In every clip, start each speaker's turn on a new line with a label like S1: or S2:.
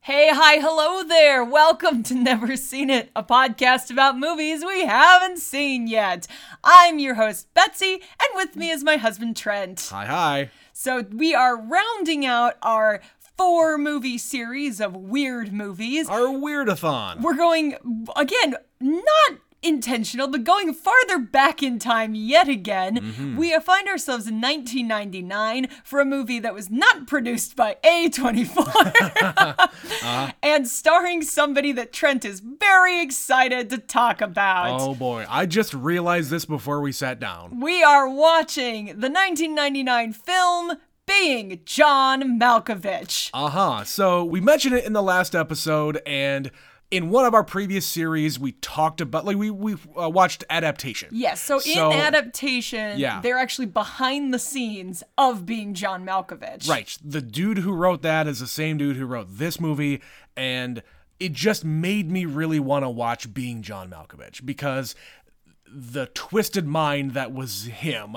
S1: Hey, hi, hello there. Welcome to Never Seen It, a podcast about movies we haven't seen yet. I'm your host, Betsy, and with me is my husband, Trent.
S2: Hi, hi.
S1: So, we are rounding out our four movie series of weird movies.
S2: Our weirdathon.
S1: We're going, again, not intentional, but going farther back in time yet again,
S2: Mm-hmm.
S1: we find ourselves in 1999 for a movie that was not produced by A24
S2: Uh-huh.
S1: and starring somebody that Trent is very excited to talk about.
S2: Oh boy, I just realized this before we sat down.
S1: We are watching the 1999 film being John Malkovich.
S2: Uh huh. So we mentioned it in the last episode, and in one of our previous series, we talked about like we we uh, watched adaptation.
S1: Yes, so in
S2: So-
S1: adaptation,
S2: Yeah.
S1: they're actually behind the scenes of being John Malkovich.
S2: Right. The dude who wrote that is the same dude who wrote this movie, and it just made me really want to watch Being John Malkovich because the twisted mind that was him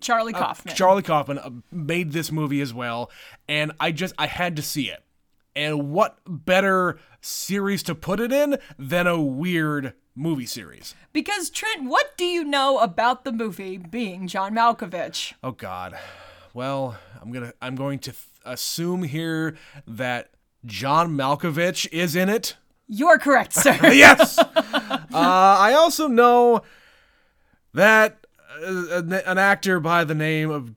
S1: Charlie
S2: Uh,
S1: Kaufman.
S2: Charlie Kaufman uh, made this movie as well, and I just I had to see it. And what better series to put it in than a weird movie series?
S1: Because Trent, what do you know about the movie being John Malkovich?
S2: Oh God. Well, I'm gonna I'm going to th- assume here that John Malkovich is in it.
S1: You're correct, sir.
S2: yes. uh, I also know that uh, an an actor by the name of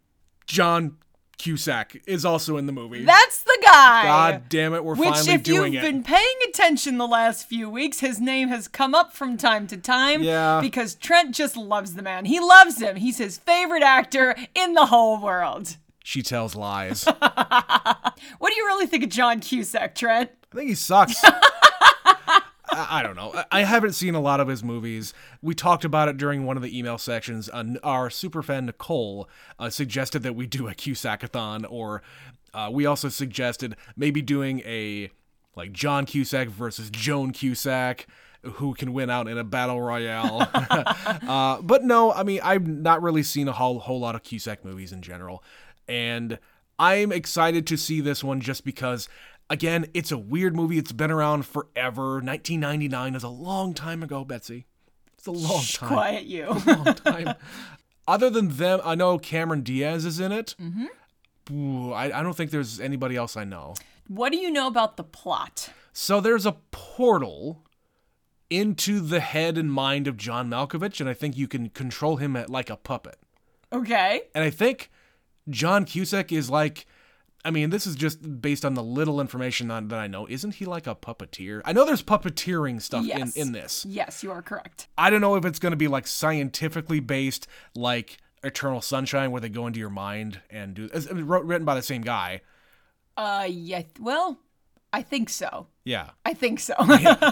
S2: John Cusack is also in the movie.
S1: That's the guy.
S2: God damn it, we're
S1: Which,
S2: finally
S1: if
S2: doing
S1: you've
S2: it.
S1: been paying attention the last few weeks, his name has come up from time to time.
S2: Yeah.
S1: Because Trent just loves the man. He loves him. He's his favorite actor in the whole world.
S2: She tells lies. I
S1: What do you really think of John Cusack, Trent?
S2: think he sucks. I, I don't know. I, I haven't seen a lot of his movies. We talked about it during one of the email sections. Uh, n- our superfan Nicole uh, suggested that we do a Cusackathon, or uh, we also suggested maybe doing a like John Cusack versus Joan Cusack. Who can win out in a battle royale? uh, but no, I mean I've not really seen a whole whole lot of Cusack movies in general, and I'm excited to see this one just because, again, it's a weird movie. It's been around forever. 1999 is a long time ago, Betsy. It's a long
S1: Shh,
S2: time.
S1: Quiet you.
S2: Long time. Other than them, I know Cameron Diaz is in it. Mm-hmm. I, I don't think there's anybody else I know.
S1: what do you know about the plot?
S2: So there's a portal into the head and mind of John Malkovich, and I think you can control him at, like a puppet.
S1: Okay.
S2: And I think John Cusack is like, I mean, this is just based on the little information that, that I know. Isn't he like a puppeteer? I know there's puppeteering stuff
S1: Yes.
S2: in, in this.
S1: Yes, you are correct.
S2: I don't know if it's going to be like scientifically based, like Eternal Sunshine, where they go into your mind and do. It's wrote- written by the same guy.
S1: Uh, yeah. Well, I think so.
S2: Yeah.
S1: I think so.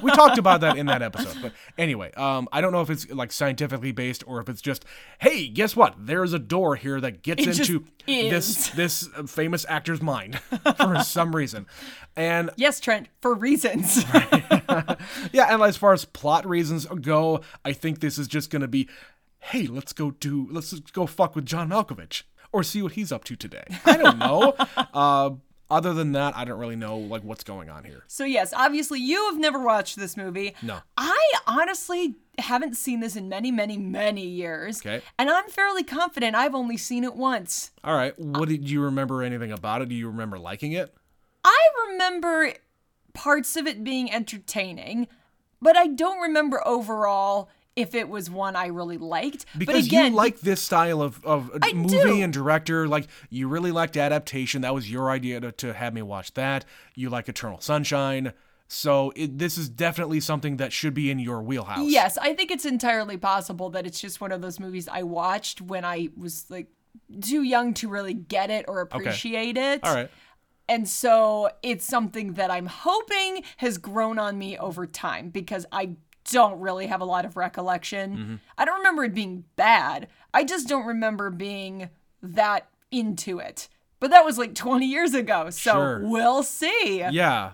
S2: we talked about that in that episode. But anyway, um, I don't know if it's like scientifically based or if it's just, hey, guess what? There's a door here that gets
S1: It just
S2: into this this uh, famous actor's mind for some reason, and
S1: yes, Trent, for reasons.
S2: yeah, and as far as plot reasons go, I think this is just gonna be, hey, let's go do, let's just go fuck with John Malkovich or see what he's up to today. I don't know. uh, other than that, I don't really know like what's going on here.
S1: so, yes, obviously, you have never watched this movie.
S2: No.
S1: I honestly haven't seen this in many, many, many years.
S2: Okay.
S1: And I'm fairly confident I've only seen it once.
S2: All right, what did you remember anything about it? Do you remember liking it?
S1: I remember parts of it being entertaining, but I don't remember overall if it was one I really liked. but
S2: Because
S1: again,
S2: you like this style of, of a movie
S1: do.
S2: and director, like you really liked adaptation. That was your idea to, to have me watch that. You like Eternal Sunshine, so it, this is definitely something that should be in your wheelhouse.
S1: Yes, I think it's entirely possible that it's just one of those movies I watched when I was like too young to really get it or appreciate it.
S2: All right.
S1: And so it's something that I'm hoping has grown on me over time because I don't really have a lot of recollection.
S2: Mm-hmm.
S1: I don't remember it being bad. I just don't remember being that into it. But that was like 20 years ago. So
S2: Sure.
S1: we'll see.
S2: Yeah.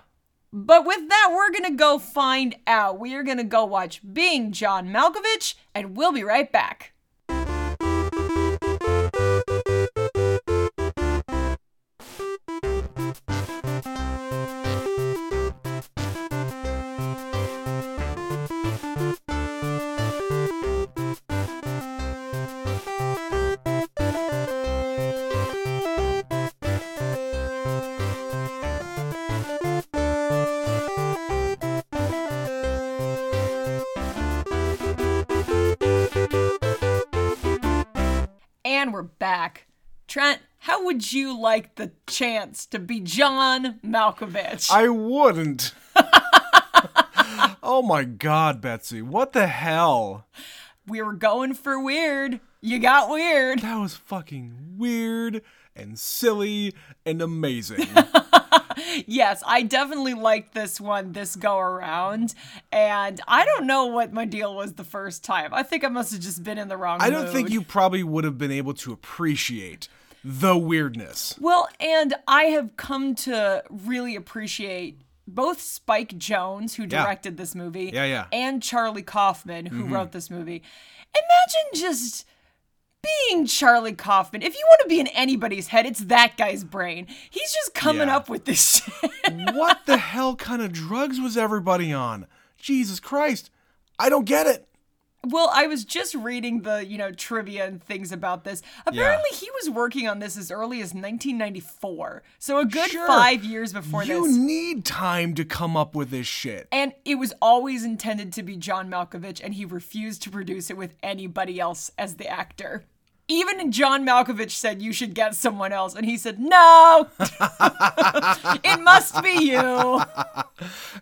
S1: But with that, we're going to go find out. We are going to go watch Being John Malkovich, and we'll be right back. we're back. Trent, how would you like the chance to be John Malkovich?
S2: I wouldn't. oh my god, Betsy. What the hell?
S1: we were going for weird. You got weird.
S2: That was fucking weird and silly and amazing.
S1: Yes, I definitely liked this one this go around. And I don't know what my deal was the first time. I think I must have just been in the wrong
S2: I don't think
S1: mood.
S2: you probably would have been able to appreciate the weirdness.
S1: Well, and I have come to really appreciate both Spike Jones, who
S2: Yeah.
S1: directed this movie,
S2: Yeah, yeah. Mm-hmm.
S1: and Charlie Kaufman, who wrote this movie. Imagine just being Charlie Kaufman. If you want to be in anybody's head, it's that guy's brain. He's just coming
S2: Yeah.
S1: up with this shit.
S2: what the hell kind of drugs was everybody on? Jesus Christ. I don't get it.
S1: Well, I was just reading the, you know, trivia and things about this. Apparently, he was working on this as early as 1994. So a good
S2: Sure.
S1: 5 years before
S2: You
S1: this.
S2: need time to come up with this shit.
S1: And it was always intended to be John Malkovich, and he refused to produce it with anybody else as the actor. Even John Malkovich said you should get someone else, and he said, No! it must be you.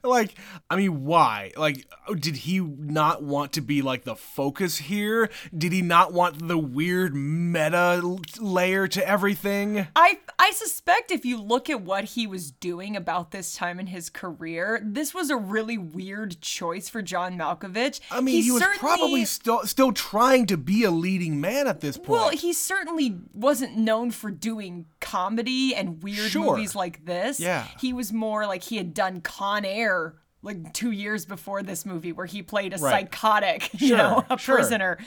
S2: Like, I mean, why? Like, oh, did he not want to be like the focus here? Did he not want the weird meta l- layer to everything?
S1: I I suspect if you look at what he was doing about this time in his career, this was a really weird choice for John Malkovich.
S2: I mean, he, was probably still still trying to be a leading man at this point.
S1: well, he certainly wasn't known for doing comedy and weird
S2: Sure.
S1: movies like this.
S2: Yeah.
S1: He was more like he had done Con Air like 2 years before this movie where he played a
S2: Right.
S1: psychotic, you
S2: Sure,
S1: know, a
S2: sure.
S1: prisoner.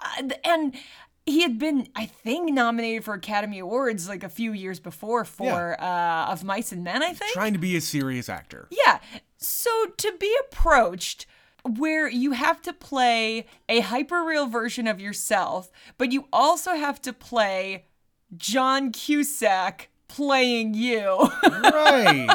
S1: Uh, th- and he had been, I think, nominated for Academy Awards like a few years before for uh, Of Mice and Men, I think.
S2: trying to be a serious actor.
S1: Yeah. So to be approached where you have to play a hyperreal version of yourself, but you also have to play John Cusack playing you.
S2: right.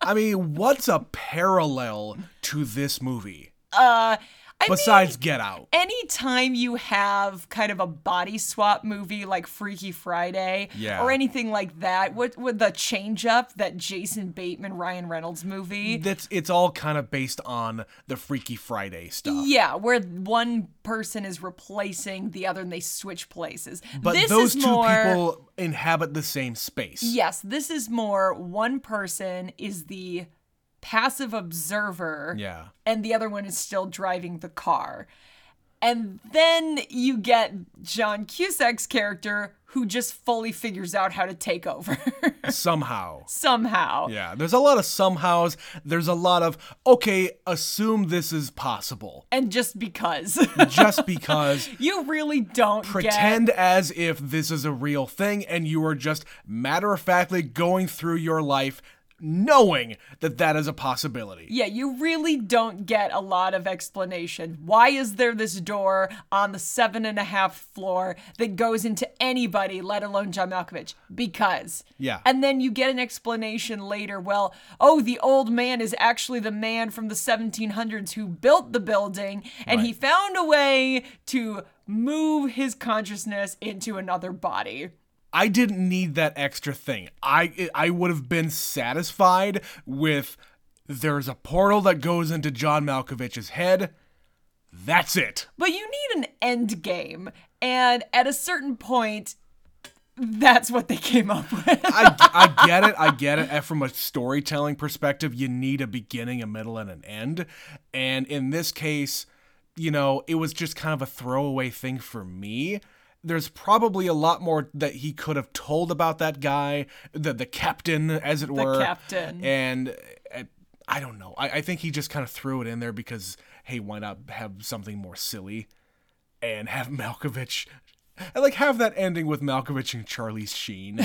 S2: I mean, what's a parallel to this movie
S1: uh I
S2: besides Get Out?
S1: mean anytime you have kind of a body swap movie like Freaky Friday
S2: Yeah.
S1: or anything like that, what with the change up that Jason Bateman Ryan Reynolds movie.
S2: That's it's all kind of based on the Freaky Friday stuff.
S1: Yeah, where one person is replacing the other and they switch places.
S2: But
S1: this
S2: those
S1: is
S2: two
S1: more,
S2: people inhabit the same space.
S1: Yes, this is more one person is the passive observer
S2: Yeah.
S1: and the other one is still driving the car. And then you get John Cusack's character who just fully figures out how to take over
S2: Somehow.
S1: somehow.
S2: Yeah. There's a lot of somehows. There's a lot of okay, assume this is possible.
S1: And just because.
S2: Just because
S1: you really don't get
S2: pretend as if this is a real thing and you are just matter of factly going through your life knowing that that is a possibility.
S1: Yeah, you really don't get a lot of explanation. Why is there this door on the seven and a half floor that goes into anybody, let alone John Malkovich? Because.
S2: Yeah.
S1: And then you get an explanation later. Well, oh, the old man is actually the man from the 1700s who built the building, and he
S2: Right.
S1: found a way to move his consciousness into another body.
S2: I didn't need that extra thing. I I would have been satisfied with there's a portal that goes into John Malkovich's head. That's it.
S1: But you need an end game. And at a certain point, that's what they came up with.
S2: I, I get it. I get it. And from a storytelling perspective, you need a beginning, a middle, and an end. And in this case, you know, it was just kind of a throwaway thing for me. There's probably a lot more that he could have told about that guy, the the captain, as it were.
S1: captain.
S2: And uh, I don't know. I, I think he just kind of threw it in there because, hey, why not have something more silly and have Malkovich. And like have that ending with Malkovich and Charlie Sheen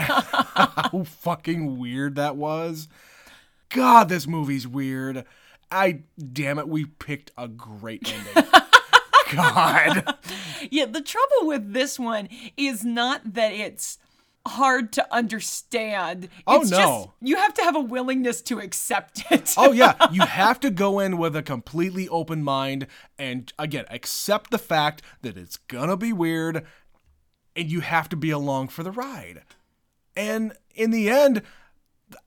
S2: how fucking weird that was. God, this movie's weird. I damn it, we picked a great ending. God.
S1: Yeah, the trouble with this one is not that it's hard to understand.
S2: Oh,
S1: it's Just,
S2: no.
S1: you have to have a willingness to accept it.
S2: Oh yeah, you have to go in with a completely open mind and again, accept the fact that it's gonna be weird and you have to be along for the ride. And in the end,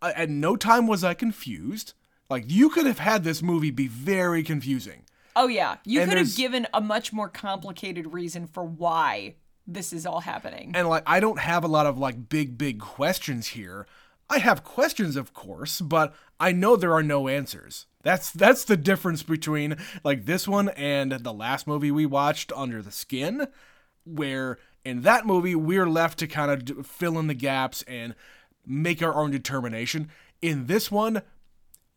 S2: I- at no time was I confused. Like you could have had this movie be very confusing.
S1: Oh yeah, you
S2: And
S1: could have
S2: there's-
S1: given a much more complicated reason for why this is all happening.
S2: And like I don't have a lot of like big big questions here. I have questions of course, but I know there are no answers. That's that's the difference between like this one and the last movie we watched Under the Skin where in that movie we're left to kind of d- fill in the gaps and make our own determination. In this one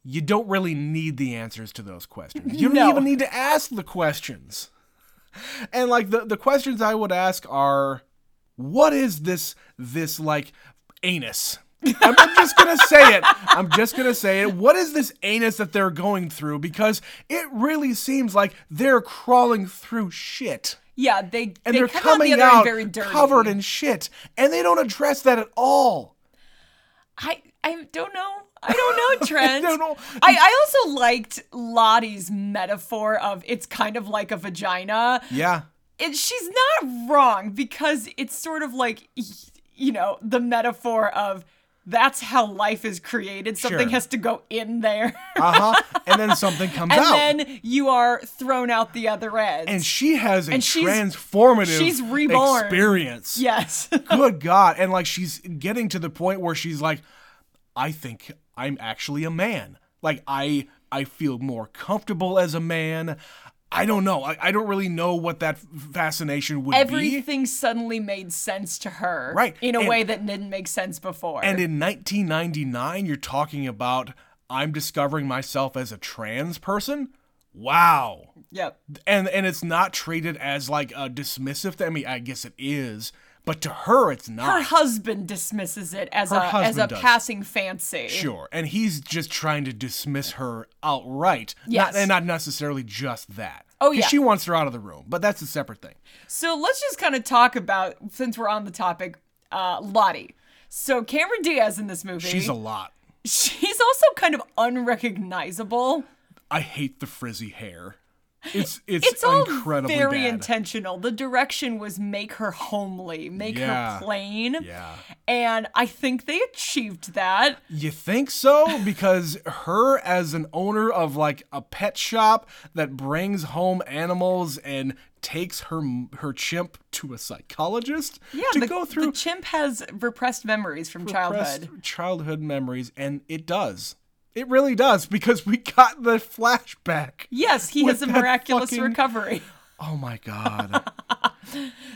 S2: you don't really need the answers to those questions. You don't
S1: No.
S2: even need to ask the questions. And like the the questions I would ask are what is this this like anus I'm, I'm just gonna say it i'm just gonna say it what is this anus that they're going through because it really seems like they're crawling through shit
S1: yeah, they
S2: and
S1: they
S2: they're
S1: come
S2: coming
S1: out the other
S2: out
S1: end very dirty.
S2: covered in shit and they don't address that at all
S1: I I don't know. I don't know, Trent.
S2: don't know.
S1: I, I also liked Lottie's metaphor of it's kind of like a vagina.
S2: yeah
S1: And she's not wrong because it's sort of like y- you know, the metaphor of that's how life is created. Something
S2: Sure.
S1: has to go in there.
S2: uh-huh and then something comes
S1: and
S2: out
S1: then you are thrown out the other end.
S2: and she has a
S1: and she's-
S2: transformative
S1: she's reborn.
S2: experience
S1: yes.
S2: good god and like she's getting to the point where she's like i think i'm actually a man like i i feel more comfortable as a man i don't know i, I don't really know what that fascination would be
S1: Everything suddenly made sense to her.
S2: Right,
S1: In a
S2: and-
S1: way that didn't make sense before.
S2: and in 1999 you're talking about i'm discovering myself as a trans person wow
S1: yep.
S2: and and it's not treated as like a dismissive thing i mean i guess it is but to her it's not
S1: her husband dismisses it as a as a
S2: husband does.
S1: passing fancy.
S2: Sure. And he's just trying to dismiss her outright.
S1: Yes.
S2: Not, and not necessarily just that.
S1: Oh,
S2: 'Cause
S1: yeah.
S2: She wants her out of the room, but that's a separate thing.
S1: So let's just kind of talk about since we're on the topic, uh, Lottie. So Cameron Diaz in this movie,
S2: She's a lot.
S1: she's also kind of unrecognizable.
S2: I hate the frizzy hair. It's it's,
S1: It's all
S2: incredibly
S1: very
S2: bad.
S1: intentional. The direction was make her homely, make
S2: Yeah.
S1: her plain,
S2: Yeah.
S1: and I think they achieved that.
S2: You think so? Because her as an owner of like a pet shop that brings home animals and takes her her chimp to a psychologist
S1: Yeah,
S2: to
S1: the,
S2: go
S1: the
S2: through
S1: chimp has repressed memories from
S2: repressed
S1: childhood.
S2: childhood memories, and it does. It really does because we got the flashback.
S1: Yes, he has a
S2: that
S1: miraculous
S2: fucking-
S1: recovery.
S2: Oh my god.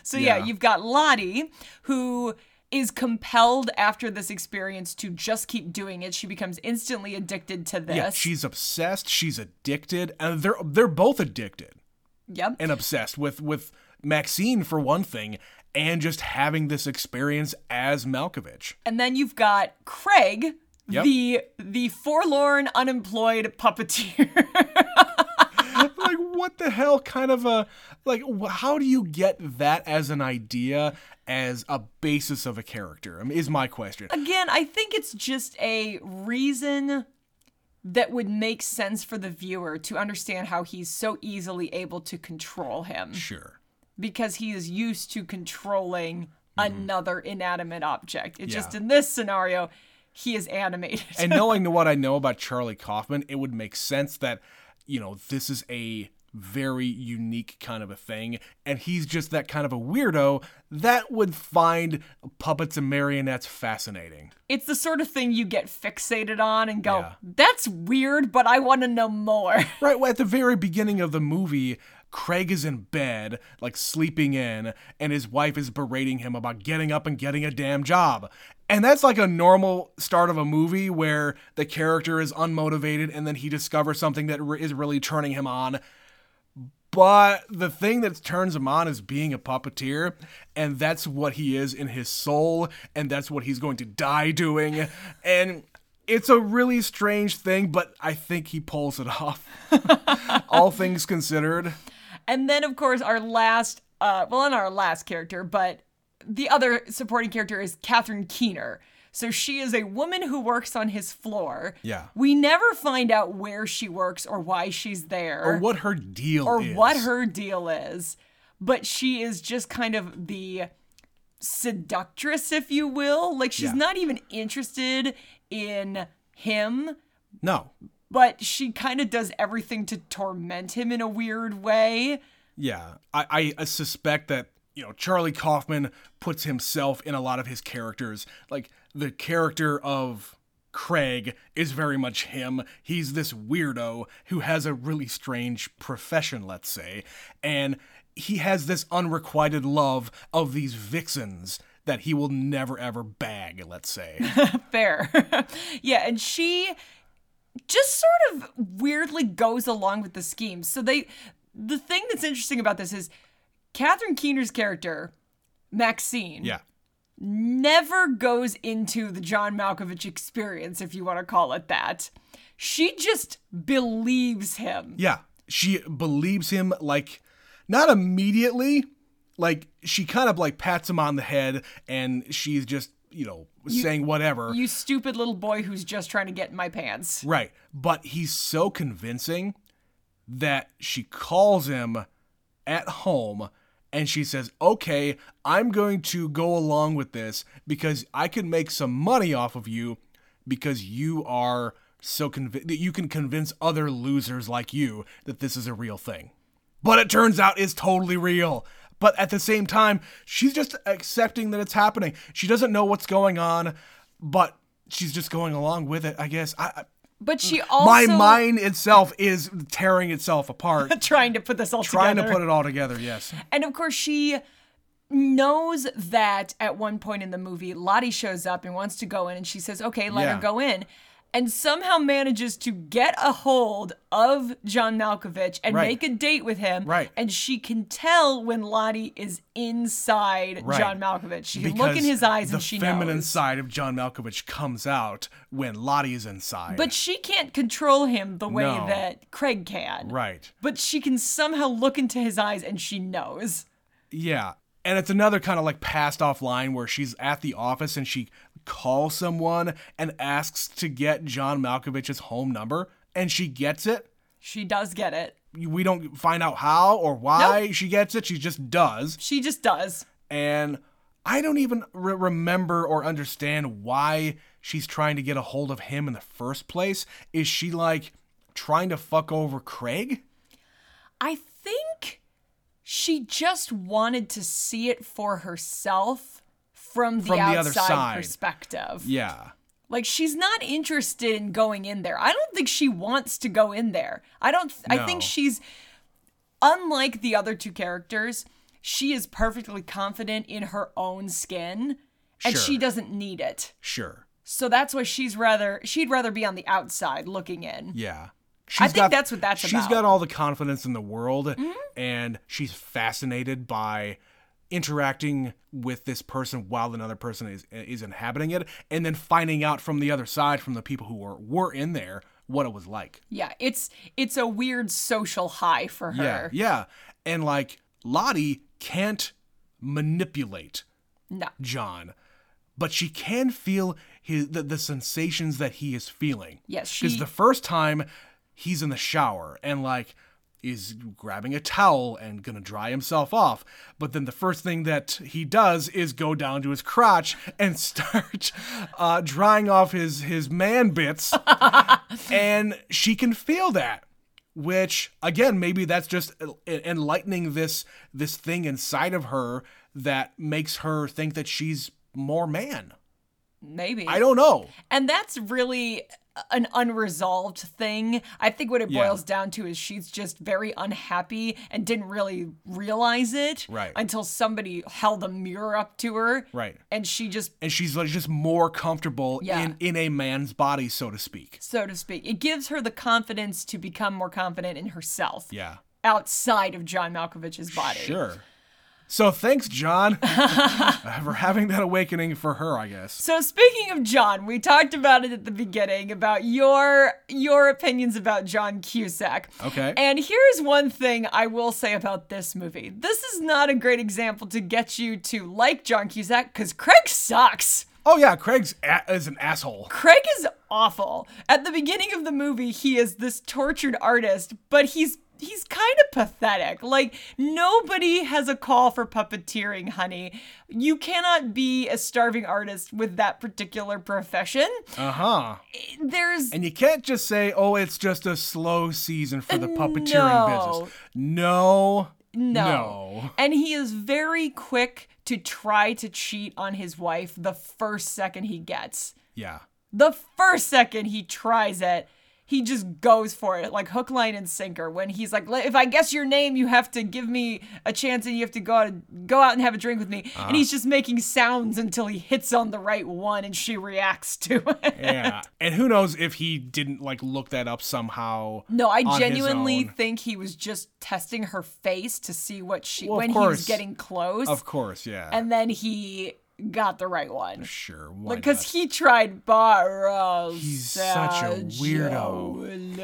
S1: So yeah.
S2: Yeah.
S1: you've got Lottie who is compelled after this experience to just keep doing it. She becomes instantly addicted to this.
S2: yeah, she's obsessed. She's addicted, and they're they're both addicted
S1: yep.
S2: and obsessed with with Maxine for one thing, and just having this experience as Malkovich.
S1: And then you've got Craig,
S2: Yep.
S1: the the forlorn unemployed puppeteer.
S2: like what the hell kind of a like wh- how do you get that as an idea as a basis of a character? I mean, is my question.
S1: Again, I think it's just a reason that would make sense for the viewer to understand how he's so easily able to control him
S2: Sure.
S1: because he is used to controlling another inanimate object. It's just
S2: Mm-hmm. Yeah.
S1: in this scenario, he is animated.
S2: and knowing what I know about Charlie Kaufman, it would make sense that, you know, this is a very unique kind of a thing. And he's just that kind of a weirdo that would find puppets and marionettes fascinating.
S1: it's the sort of thing you get fixated on and go,
S2: Yeah.
S1: that's weird, but I want to know more.
S2: Right at the very beginning of the movie, Craig is in bed, like sleeping in, and his wife is berating him about getting up and getting a damn job. And that's like a normal start of a movie where the character is unmotivated and then he discovers something that re- is really turning him on. But the thing that turns him on is being a puppeteer, and that's what he is in his soul, and that's what he's going to die doing. And it's a really strange thing, but I think he pulls it off. All things considered.
S1: And then, of course, our last, uh, well, not our last character, but the other supporting character is Katherine Keener. So she is a woman who works on his floor.
S2: Yeah.
S1: We never find out where she works or why she's there.
S2: Or what her deal
S1: or
S2: is.
S1: what her deal is, but she is just kind of the seductress, if you will. Like she's
S2: Yeah.
S1: not even interested in him,
S2: No.
S1: but she kind of does everything to torment him in a weird way.
S2: Yeah. I, I- I suspect that, you know, Charlie Kaufman puts himself in a lot of his characters. Like, the character of Craig is very much him. He's this weirdo who has a really strange profession, let's say. And he has this unrequited love of these vixens that he will never ever bag, let's say.
S1: Fair. yeah, and she just sort of weirdly goes along with the scheme. So they the thing that's interesting about this is Catherine Keener's character, Maxine,
S2: yeah.
S1: never goes into the John Malkovich experience, if you want to call it that. She just believes him.
S2: Yeah. She believes him like not immediately. Like she kind of like pats him on the head and she's just, you know, saying whatever.
S1: You stupid little boy who's just trying to get in my pants.
S2: right. But he's so convincing that she calls him at home and she says, "Okay, I'm going to go along with this because I can make some money off of you because you are so convinced that you can convince other losers like you that this is a real thing." But it turns out it's totally real. But at the same time, she's just accepting that it's happening. She doesn't know what's going on, but she's just going along with it, I guess. I, I-
S1: But she also
S2: my mind itself is tearing itself apart
S1: trying to put this all
S2: trying
S1: together.
S2: to put it all together. Yes.
S1: And of course, she knows that at one point in the movie, Lottie shows up and wants to go in, and she says, Okay, let
S2: Yeah.
S1: her go in. And somehow manages to get a hold of John Malkovich and
S2: Right.
S1: make a date with him.
S2: Right.
S1: And she can tell when Lottie is inside
S2: Right.
S1: John Malkovich. She can look in
S2: Because
S1: his eyes
S2: the
S1: and she
S2: feminine
S1: knows.
S2: side of John Malkovich comes out when Lottie is inside.
S1: But she can't control him the way
S2: No.
S1: that Craig can.
S2: right.
S1: But she can somehow look into his eyes and she knows.
S2: Yeah. And it's another kind of like passed off line where she's at the office and she calls someone and asks to get John Malkovich's home number and she gets it.
S1: She does get it.
S2: We don't find out how or why she gets it. She just does.
S1: She just does.
S2: And I don't even re- remember or understand why she's trying to get a hold of him in the first place. Is she like trying to fuck over Craig?
S1: I think she just wanted to see it for herself from the
S2: From the
S1: outside
S2: other side.
S1: perspective.
S2: Yeah.
S1: Like she's not interested in going in there. I don't think she wants to go in there. I don't I think
S2: No.
S1: she's unlike the other two characters, she is perfectly confident in her own skin and she
S2: Sure.
S1: doesn't need it.
S2: Sure.
S1: So that's why she's rather she'd rather be on the outside looking in.
S2: Yeah.
S1: I
S2: she's
S1: think that's what that's
S2: She's
S1: about. Mm-hmm.
S2: got all the confidence in the world and she's fascinated by interacting with this person while another person is is inhabiting it and then finding out from the other side from the people who were were in there what it was like.
S1: Yeah, it's it's a weird social high for her.
S2: Yeah. Yeah. And like Lottie can't manipulate
S1: No.
S2: John, but she can feel his the, the sensations that he is feeling.
S1: Yes,
S2: Because
S1: she-
S2: the first time he's in the shower and like is grabbing a towel and gonna dry himself off. But then the first thing that he does is go down to his crotch and start uh, drying off his his man bits, and she can feel that. Which again, maybe that's just en- enlightening this this thing inside of her that makes her think that she's more man.
S1: Maybe.
S2: I don't know.
S1: and that's really an unresolved thing. I think what it
S2: Yeah.
S1: boils down to is she's just very unhappy and didn't really realize it
S2: Right.
S1: until somebody held a mirror up to her.
S2: Right.
S1: And she just
S2: and she's like just more comfortable
S1: Yeah.
S2: in in a man's body, so to speak.
S1: so to speak, it gives her the confidence to become more confident in herself
S2: Yeah,
S1: outside of John Malkovich's body.
S2: sure. So thanks, John, for having that awakening for her. I guess.
S1: So speaking of John, we talked about it at the beginning about your your opinions about John Cusack.
S2: Okay.
S1: And here's one thing I will say about this movie. This is not a great example to get you to like John Cusack cuz Craig sucks.
S2: Oh yeah, Craig's a- is an asshole.
S1: Craig is awful. At the beginning of the movie, he is this tortured artist, but he's he's kind of pathetic. Like nobody has a call for puppeteering, honey. You cannot be a starving artist with that particular profession.
S2: Uh huh.
S1: There's
S2: And you can't just say, "Oh, it's just a slow season for the puppeteering
S1: No.
S2: business." No.
S1: No. And he is very quick to try to cheat on his wife the first second he gets.
S2: Yeah.
S1: The first second he tries it, he just goes for it, like hook, line, and sinker. When he's like, "Let- "If I guess your name, you have to give me a chance, and you have to go out and go out and have a drink with me."
S2: Uh-huh.
S1: And he's just making sounds until he hits on the right one, and she reacts to it.
S2: Yeah. and who knows if he didn't like look that up somehow?
S1: No, I
S2: on his
S1: genuinely
S2: own.
S1: think he was just testing her face to see what she
S2: of
S1: when he
S2: course.
S1: was getting close.
S2: Of course, yeah.
S1: and then he got the right one
S2: sure. Why
S1: because he tried Barrow.
S2: He's such a weirdo.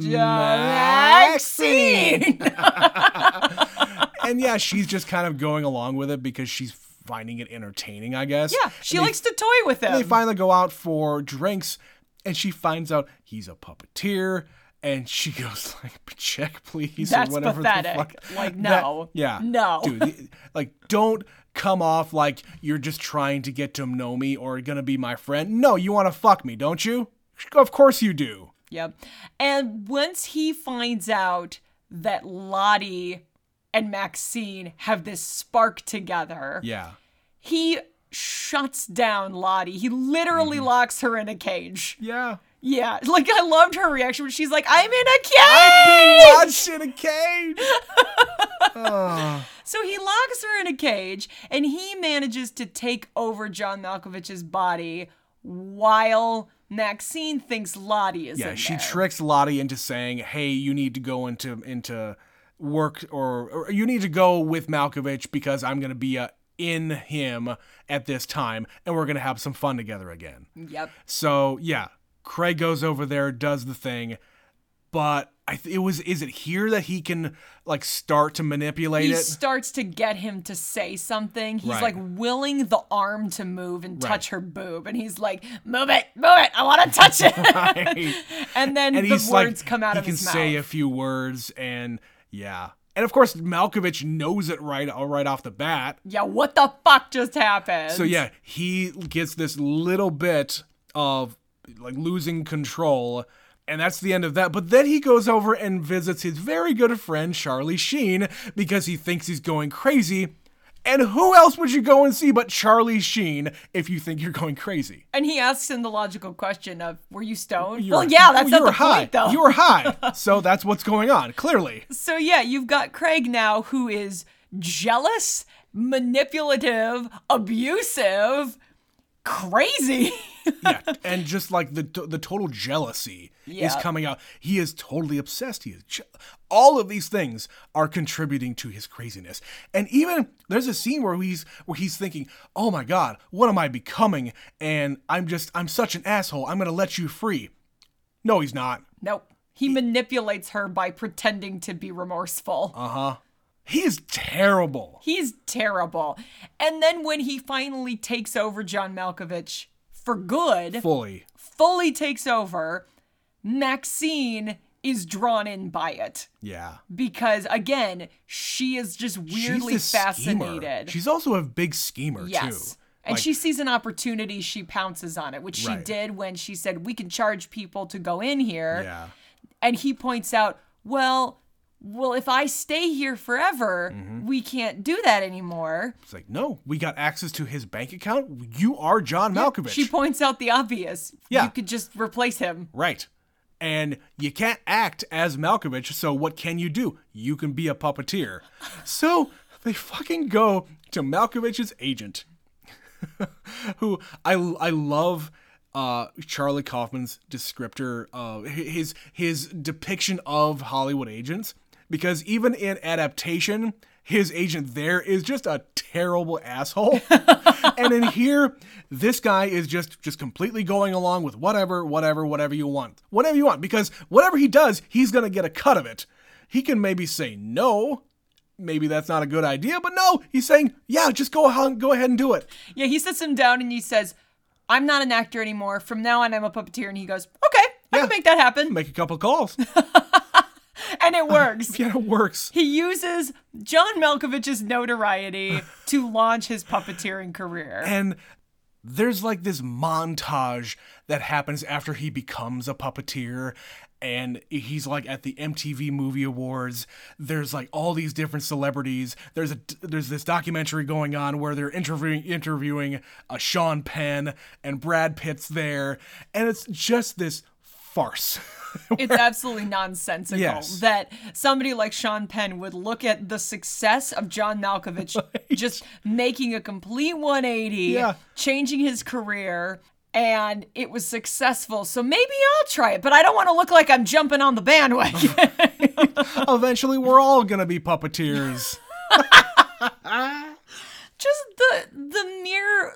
S1: Maxine.
S2: not? And yeah, she's just kind of going along with it because she's finding it entertaining, I guess.
S1: Yeah, she
S2: And they-
S1: likes to toy with
S2: They
S1: him.
S2: finally go out for drinks, and she finds out he's a puppeteer, and she goes like, "Check, please,"
S1: That's
S2: or whatever
S1: pathetic.
S2: the fuck.
S1: Like,
S2: That-
S1: no.
S2: yeah,
S1: No.
S2: dude. the- Like, don't come off like you're just trying to get to know me or gonna be my friend. No, you want to fuck me, don't you? Of course you do.
S1: Yep. And once he finds out that Lottie and Maxine have this spark together,
S2: Yeah.
S1: he shuts down Lottie. He literally
S2: Mm-hmm.
S1: locks her in a cage.
S2: Yeah.
S1: Yeah, like I loved her reaction when she's like, "I'm in a cage."
S2: Watch in a cage. Oh,
S1: So he locks her in a cage and he manages to take over John Malkovich's body while Maxine thinks Lottie is
S2: yeah,
S1: in
S2: she
S1: there.
S2: tricks Lottie into saying, "Hey, you need to go into into work, or, or you need to go with Malkovich because I'm gonna be uh, in him at this time, and we're gonna have some fun together again."
S1: yep.
S2: So yeah, Craig goes over there, does the thing, but I th- it was is it here that he can like start to manipulate
S1: He
S2: it?
S1: starts to get him to say something. He's
S2: Right.
S1: like willing the arm to move and
S2: Right.
S1: touch her boob, and he's like, "Move it, move it! I want to touch it." and then
S2: and
S1: the
S2: he's
S1: words
S2: like,
S1: come out
S2: he
S1: of
S2: can
S1: his mouth.
S2: say a few words, and yeah, and of course Malkovich knows it right uh, right off the bat.
S1: yeah, what the fuck just happened?
S2: So yeah, he gets this little bit of like losing control. And that's the end of that. But then he goes over and visits his very good friend Charlie Sheen because he thinks he's going crazy. And who else would you go and see but Charlie Sheen if you think you're going crazy?
S1: And he asks him the logical question of, "Were you stoned?"
S2: You
S1: well,
S2: were-
S1: yeah, that's
S2: you
S1: not
S2: were
S1: the
S2: Oh, high.
S1: point, though.
S2: You were high. so that's what's going on, clearly.
S1: So yeah, you've got Craig now who is jealous, manipulative, abusive, crazy.
S2: yeah, and just like the the total jealousy is
S1: Yeah.
S2: coming out. He is totally obsessed. He is je- all of these things are contributing to his craziness. And even there's a scene where he's where he's thinking, "Oh my god, what am I becoming?" And I'm just I'm such an asshole. I'm going to let you free. No, he's not.
S1: nope. He manipulates her by pretending to be remorseful.
S2: Uh-huh. He is terrible.
S1: He's terrible. And then when he finally takes over John Malkovich for good,
S2: Fully.
S1: fully takes over, Maxine is drawn in by it
S2: Yeah.
S1: because again, she is just weirdly
S2: She's a schemer.
S1: fascinated.
S2: She's also a big schemer
S1: Yes.
S2: too.
S1: And
S2: Like-
S1: she sees an opportunity, she pounces on it, which she
S2: Right.
S1: did when she said, We can charge people to go in here.
S2: Yeah.
S1: And he points out, Well, well, if I stay here forever,
S2: Mm-hmm.
S1: we can't do that anymore.
S2: It's like, "No, we got access to his bank account. You are John Malkovich."
S1: She points out the obvious.
S2: Yeah.
S1: You could just replace him.
S2: Right. And you can't act as Malkovich, so what can you do? You can be a puppeteer. So they fucking go to Malkovich's agent, who I, I love uh, Charlie Kaufman's descriptor, uh, his, his depiction of Hollywood agents, because even in adaptation, his agent there is just a terrible asshole. and in here, this guy is just just completely going along with whatever, whatever, whatever you want, whatever you want, because whatever he does, he's gonna get a cut of it. He can maybe say no, maybe that's not a good idea, but no, he's saying yeah, just go ahead, go ahead and do it.
S1: Yeah, he sits him down and he says, I'm not an actor anymore. From now on, I'm a puppeteer. And he goes, Okay, I
S2: Yeah.
S1: can make that happen.
S2: Make a couple calls.
S1: and it works.
S2: Yeah, it works.
S1: He uses John Malkovich's notoriety to launch his puppeteering career.
S2: And there's like this montage that happens after he becomes a puppeteer and he's like at the MTV Movie Awards there's like all these different celebrities there's a there's this documentary going on where they're interviewing interviewing uh, Sean Penn and Brad Pitt's there and it's just this farce
S1: It's absolutely nonsensical
S2: Yes.
S1: that somebody like Sean Penn would look at the success of John Malkovich just making a complete 180,
S2: Yeah.
S1: changing his career, and it was successful. So maybe I'll try it, but I don't want to look like I'm jumping on the bandwagon.
S2: eventually we're all going to be puppeteers
S1: just the the mere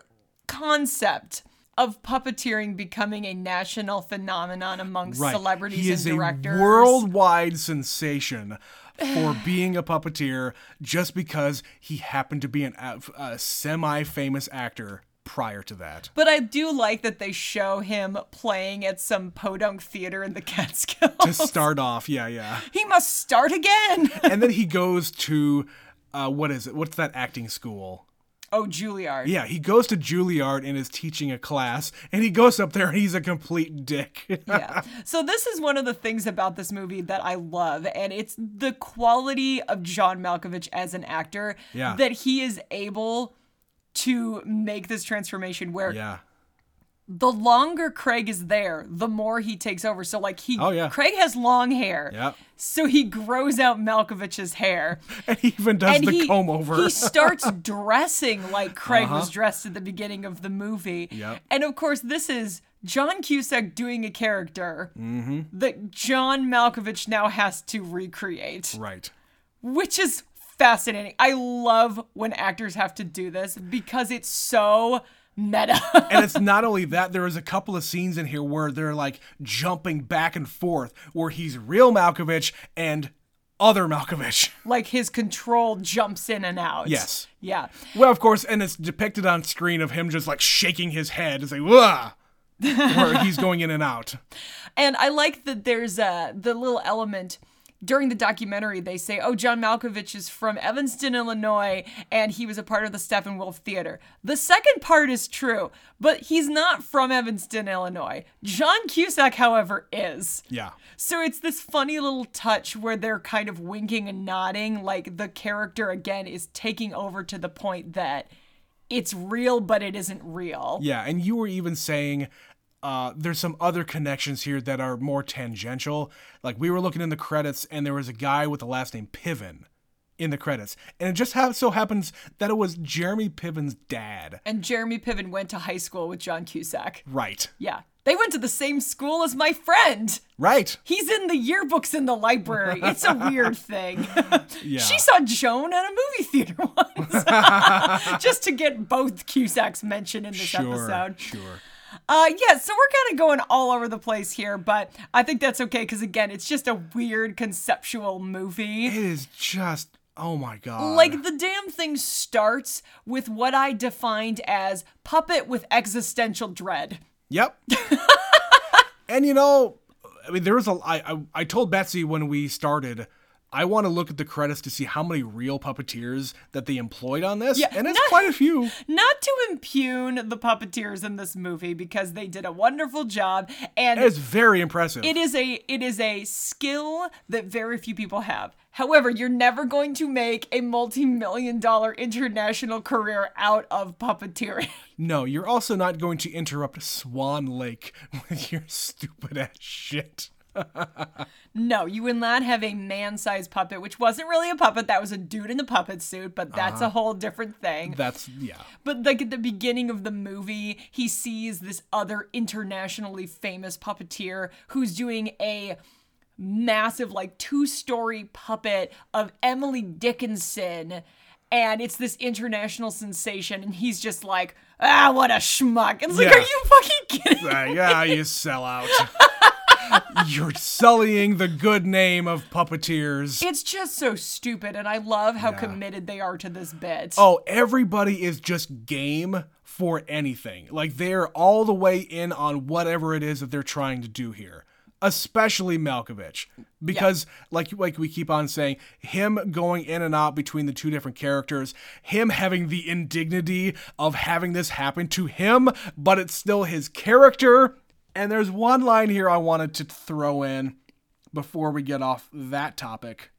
S1: concept of puppeteering becoming a national phenomenon amongst celebrities
S2: he is
S1: and directors.
S2: a worldwide sensation for being a puppeteer just because he happened to be an a, a semi-famous actor prior to that.
S1: But I do like that they show him playing at some podunk theater in the Catskills.
S2: To start off, yeah, yeah.
S1: he must start again.
S2: And then he goes to uh, what is it? What's that acting school?
S1: oh, Juilliard.
S2: Yeah, he goes to Juilliard and is teaching a class, and he goes up there and he's a complete dick.
S1: yeah. So this is one of the things about this movie that I love, and it's the quality of John Malkovich as an actor
S2: Yeah.
S1: that he is able to make this transformation where
S2: yeah.
S1: the longer Craig is there, the more he takes over. So like he
S2: Oh, yeah.
S1: Craig has long hair.
S2: Yep.
S1: So he grows out Malkovich's hair.
S2: And he even does
S1: and
S2: the
S1: he
S2: comb over. Uh-huh.
S1: he starts dressing like Craig was dressed at the beginning of the movie.
S2: Yep.
S1: And of course, this is John Cusack doing a character
S2: Mm-hmm.
S1: that John Malkovich now has to recreate,
S2: right.
S1: which is fascinating. I love when actors have to do this because it's so meta.
S2: and it's not only that there is a couple of scenes in here where they're like jumping back and forth where he's real malkovich and other malkovich
S1: like his control jumps in and out.
S2: Yes.
S1: Yeah.
S2: well of course and it's depicted on screen of him just like shaking his head and saying Wah! where he's going in and out
S1: And I like that there's uh, the little element during the documentary. They say, oh, John Malkovich is from Evanston, Illinois, and he was a part of the Steppenwolf Theater. The second part is true, but he's not from Evanston, Illinois. John Cusack, however, is.
S2: yeah
S1: So it's this funny little touch where they're kind of winking and nodding, like the character again is taking over to the point that it's real, but it isn't real.
S2: yeah and you were even saying uh, there's some other connections here that are more tangential like we were looking in the credits and there was a guy with the last name piven in the credits and it just ha- so happens that it was jeremy piven's dad
S1: And Jeremy Piven went to high school with John Cusack.
S2: right
S1: Yeah. They went to the same school as my friend.
S2: Right.
S1: He's in the yearbooks in the library. It's a weird thing.
S2: Yeah.
S1: She saw Joan at a movie theater once. Just to get both Cusacks mentioned in this episode.
S2: Sure.
S1: Uh yeah, so we're kind of going all over the place here, but I think that's okay cuz again, it's just a weird conceptual movie.
S2: It is just oh my god.
S1: Like the damn thing starts with what I defined as puppet with existential dread.
S2: Yep. and you know, I mean, there was a. I I, I told Betsy when we started. I want to look at the credits to see how many real puppeteers that they employed on this,
S1: Yeah,
S2: and it's
S1: not-
S2: quite a few.
S1: not to impugn the puppeteers in this movie because they did a wonderful job and
S2: It's very impressive.
S1: it is a it is a skill that very few people have. However, you're never going to make a multi-million dollar international career out of puppeteering.
S2: no, you're also not going to interrupt Swan Lake with your stupid ass shit.
S1: no, you will not have a man-sized puppet, which wasn't really a puppet, that was a dude in a puppet suit, but that's a whole different thing.
S2: That's yeah.
S1: But like at the beginning of the movie, he sees this other internationally famous puppeteer who's doing a massive like two-story puppet of Emily Dickinson and it's this international sensation and he's just like, "Ah, what a schmuck." It's like,
S2: Yeah.
S1: "Are you fucking kidding?" me?"
S2: Like, ah, you sell out. You're sullying the good name of puppeteers.
S1: It's just so stupid and I love how
S2: Yeah.
S1: committed they are to this bit.
S2: Oh, everybody is just game for anything. Like they're all the way in on whatever it is that they're trying to do here. especially Malkovich, because like like we keep on saying, him going in and out between the two different characters, him having the indignity of having this happen to him, but it's still his character. And there's one line here I wanted to throw in before we get off that topic,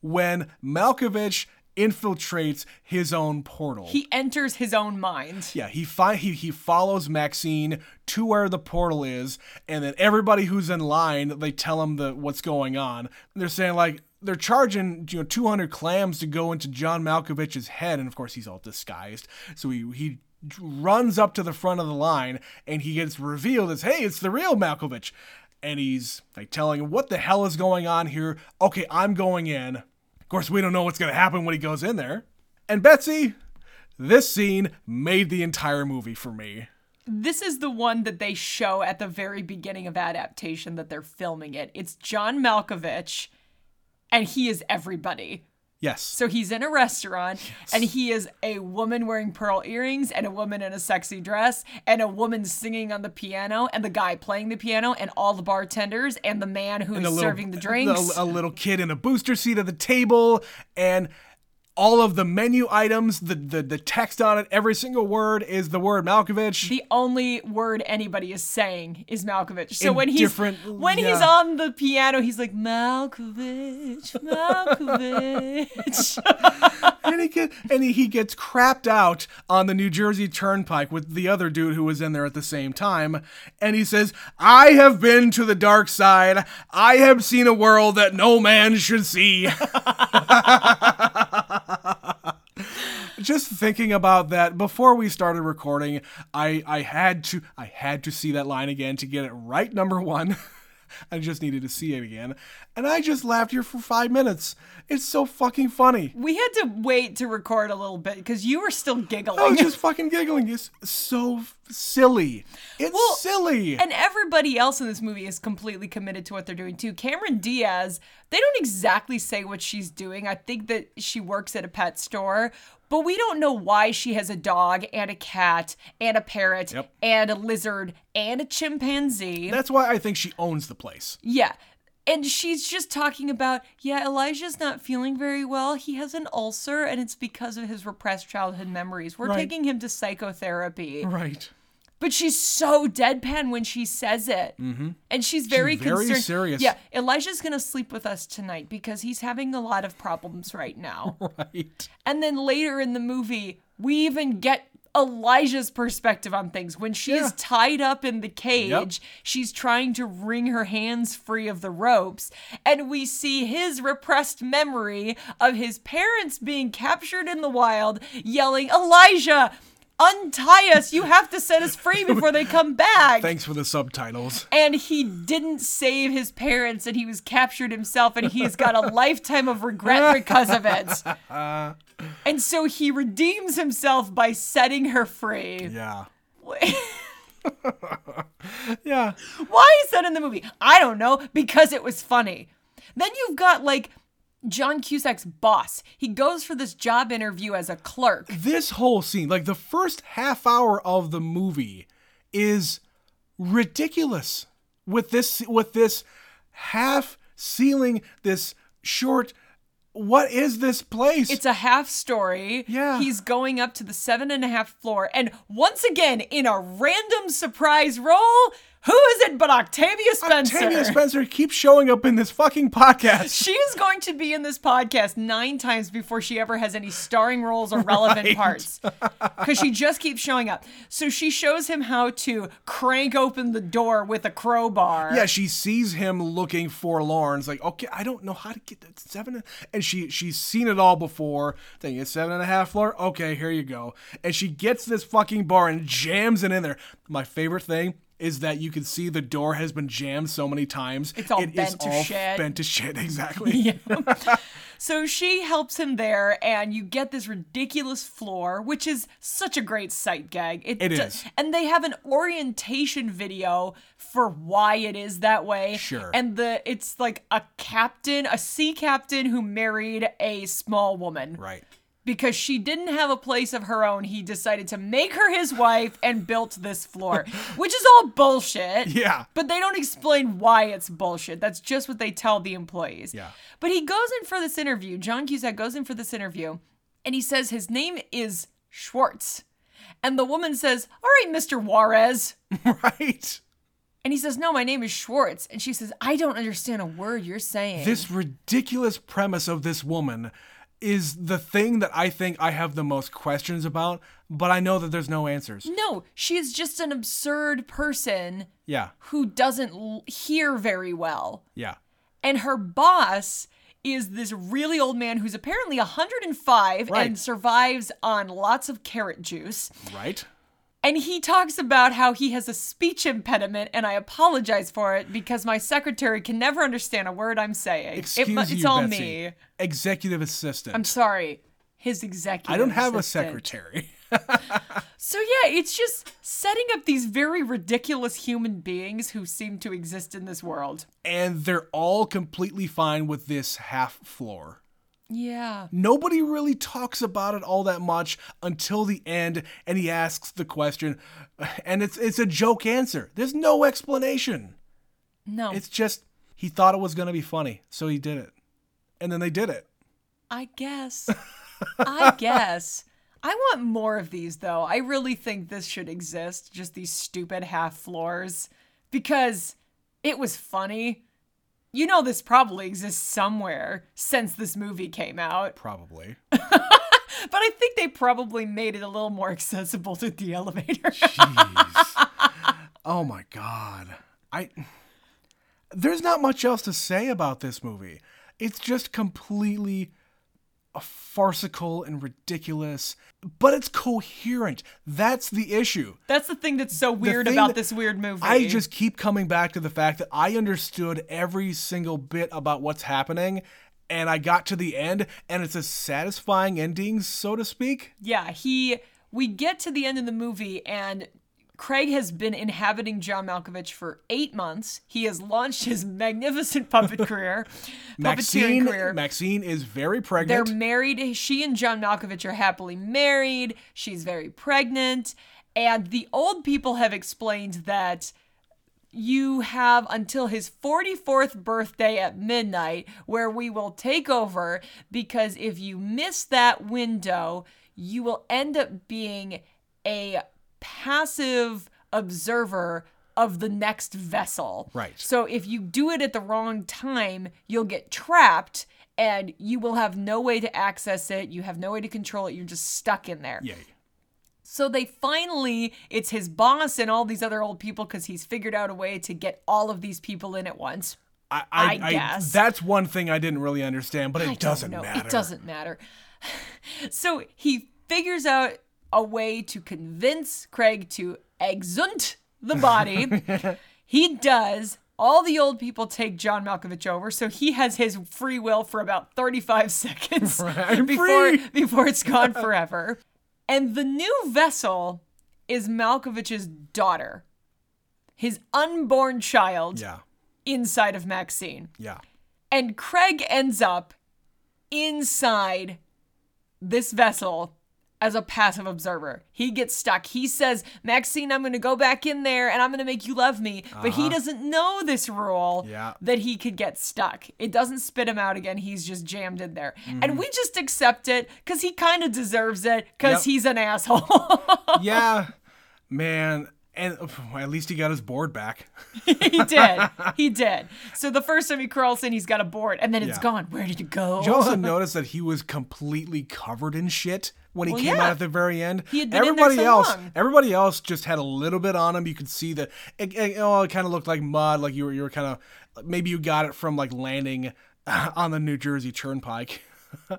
S2: when Malkovich infiltrates his own portal.
S1: He enters his own mind.
S2: Yeah, he fi- he he follows Maxine to where the portal is, and then everybody who's in line, they tell him the what's going on. They're saying like they're charging you know 200 clams to go into John Malkovich's head, and of course he's all disguised, so he he runs up to the front of the line and he gets revealed as hey it's the real malkovich and he's like telling him what the hell is going on here okay i'm going in of course we don't know what's going to happen when he goes in there and betsy this scene made the entire movie for me.
S1: This is the one that they show at the very beginning of adaptation that they're filming it. It's John Malkovich, and he is everybody.
S2: Yes.
S1: So he's in a restaurant, and he is a woman wearing pearl earrings, and a woman in a sexy dress, and a woman singing on the piano, and the guy playing the piano, and all the bartenders, and the man who is
S2: a little-
S1: serving the drinks.
S2: A, a little kid in a booster seat at the table, and all of the menu items, the, the the text on it, every single word is the word Malkovich.
S1: the only word anybody is saying is Malkovich. So
S2: In
S1: when he's
S2: different-
S1: when he's
S2: yeah.
S1: on the piano, he's like Malkovich, Malkovich.
S2: and he get, and he, he gets crapped out on the New Jersey Turnpike with the other dude who was in there at the same time, and he says, "I have been to the dark side. I have seen a world that no man should see." Just thinking about that before we started recording, I I had to I had to see that line again to get it right number 1. I just needed to see it again. And I just laughed here for 5 minutes. It's so fucking funny.
S1: we had to wait to record a little bit because you were still giggling.
S2: I was just fucking giggling. It's so f- silly. It's
S1: Well,
S2: silly.
S1: And everybody else in this movie is completely committed to what they're doing too. Cameron Diaz, they don't exactly say what she's doing. I think that she works at a pet store, but we don't know why she has a dog and a cat and a parrot
S2: Yep.
S1: and a lizard and a chimpanzee.
S2: That's why I think she owns the place.
S1: yeah. And she's just talking about, yeah, Elijah's not feeling very well. He has an ulcer and it's because of his repressed childhood memories. We're
S2: Right.
S1: taking him to psychotherapy.
S2: Right.
S1: But she's so deadpan when she says it. Mm-hmm. And she's very
S2: very
S1: concerned.
S2: serious.
S1: Yeah, Elijah's going to sleep with us tonight because he's having a lot of problems right now.
S2: Right.
S1: and then later in the movie, we even get Elijah's perspective on things. When she
S2: Yeah.
S1: is tied up in the cage, she's trying to wring her hands free of the ropes. And we see his repressed memory of his parents being captured in the wild, yelling, Elijah, untie us. You have to set us free before they come back.
S2: Thanks for the subtitles.
S1: and he didn't save his parents, and he was captured himself, and he's got a lifetime of regret because of it. And so he redeems himself by setting her free.
S2: Yeah.
S1: Why
S2: Yeah.
S1: is that in the movie? I don't know, because it was funny. Then you've got like John Cusack's boss. He goes for this job interview as a clerk.
S2: This whole scene, like the first half hour of the movie, is ridiculous. With this, with this half ceiling, this short. What is this place?
S1: It's a half story.
S2: Yeah.
S1: He's going up to the seven and a half floor. And once again, in a random surprise role, who is it but Octavia Spencer?
S2: Tavia Spencer keeps showing up in this fucking podcast.
S1: She is going to be in this podcast nine times before she ever has any starring roles or relevant
S2: Right.
S1: parts. Because she just keeps showing up. So she shows him how to crank open the door with a crowbar.
S2: Yeah, she sees him looking forlorn. It's like, okay, I don't know how to get that seven. And she she's seen it all before. Thinking it's seven and a half floor. Okay, here you go. And she gets this fucking bar and jams it in there. My favorite thing is that you can see the door has been jammed so many times.
S1: It's all
S2: It is
S1: bent to
S2: all
S1: shit.
S2: Bent to shit, exactly.
S1: So she helps him there, and you get this ridiculous floor, which is such a great sight gag.
S2: It
S1: do-
S2: is.
S1: And they have an orientation video for why it is that way.
S2: Sure.
S1: And the it's like a captain, a sea captain who married a small woman.
S2: Right.
S1: because she didn't have a place of her own, he decided to make her his wife and built this floor, which is all bullshit.
S2: Yeah.
S1: But they don't explain why it's bullshit. That's just what they tell the employees.
S2: Yeah.
S1: But he goes in for this interview. John Cusack goes in for this interview and he says his name is Schwartz. And the woman says, All right, Mr. Juarez.
S2: right?
S1: And he says, No, my name is Schwartz. And she says, I don't understand a word you're saying.
S2: This ridiculous premise of this woman is the thing that I think I have the most questions about, but I know that there's no answers.
S1: no, she is just an absurd person
S2: Yeah,
S1: who doesn't l- hear very well.
S2: yeah.
S1: And her boss is this really old man who's apparently 105
S2: Right.
S1: and survives on lots of carrot juice.
S2: Right?
S1: And he talks about how he has a speech impediment, and I apologize for it because my secretary can never understand a word I'm saying. It
S2: Excuse
S1: mu- it's
S2: you,
S1: all
S2: Betsy.
S1: me.
S2: Executive assistant.
S1: I'm sorry. His executive.
S2: I don't have a
S1: assistant.
S2: secretary.
S1: So yeah, it's just setting up these very ridiculous human beings who seem to exist in this world.
S2: and they're all completely fine with this half floor.
S1: Yeah.
S2: Nobody really talks about it all that much until the end, and he asks the question, and it's it's a joke answer. There's no explanation.
S1: No.
S2: It's just he thought it was gonna be funny, so he did it, and then they did it.
S1: I guess. I guess. I want more of these though. I really think this should exist, just these stupid half floors, because it was funny. You know, this probably exists somewhere since this movie came out,
S2: Probably.
S1: but I think they probably made it a little more accessible to the elevator.
S2: Jeez. oh my god. I There's not much else to say about this movie. It's just completely farcical and ridiculous, but it's coherent. That's the issue.
S1: That's the thing that's so weird
S2: thing
S1: about
S2: that-
S1: this weird movie.
S2: I just keep coming back to the fact that I understood every single bit about what's happening and I got to the end and it's a satisfying ending, so to speak.
S1: Yeah, he. We get to the end of the movie, and Craig has been inhabiting John Malkovich for eight months. He has launched his magnificent puppet career, puppeteering
S2: Maxine
S1: career.
S2: Maxine is very
S1: They're
S2: pregnant.
S1: married. She and John Malkovich are happily married. She's very pregnant, and the old people have explained that. You have until his 44th birthday at midnight where we will take over because if you miss that window, you will end up being a passive observer of the next vessel.
S2: Right.
S1: So if you do it at the wrong time, you'll get trapped and you will have no way to access it. You have no way to control it. You're just stuck in there.
S2: Yay.
S1: So they finally, it's his boss and all these other old people because he's figured out a way to get all of these people in at once.
S2: I,
S1: I guess.
S2: that's one thing I didn't really understand, but it
S1: I don't
S2: doesn't
S1: know.
S2: matter.
S1: It doesn't matter. so he figures out a way to convince Craig to exunt the body. he does. All the old people take John Malkovich over, so he has his free will for about 35 seconds
S2: Right.
S1: before
S2: Free.
S1: before it's gone forever. And the new vessel is Malkovich's daughter, his unborn child
S2: Yeah,
S1: inside of Maxine.
S2: yeah.
S1: And Craig ends up inside this vessel as a passive observer. He gets stuck. He says, Maxine, I'm going to go back in there and I'm going to make you love me. But he doesn't know this rule
S2: Uh-huh. Yeah.
S1: that he could get stuck. It doesn't spit him out again. He's just jammed in there.
S2: Mm.
S1: And we just accept it because he kind of deserves it because
S2: Yep.
S1: he's an asshole.
S2: yeah, man. And pff, at least he got his board back.
S1: he did. He did. So the first time he crawls in, he's got a board and then it's
S2: Yeah.
S1: gone. Where did it go?
S2: You also noticed that he was completely covered in shit when he
S1: Well,
S2: came
S1: yeah.
S2: out at the very end.
S1: He had been in there
S2: everybody
S1: so
S2: else,
S1: long.
S2: everybody else just had a little bit on him. You could see that. It, it, oh, it kind of looked like mud. Like you were, you were kind of maybe you got it from like landing on the New Jersey Turnpike.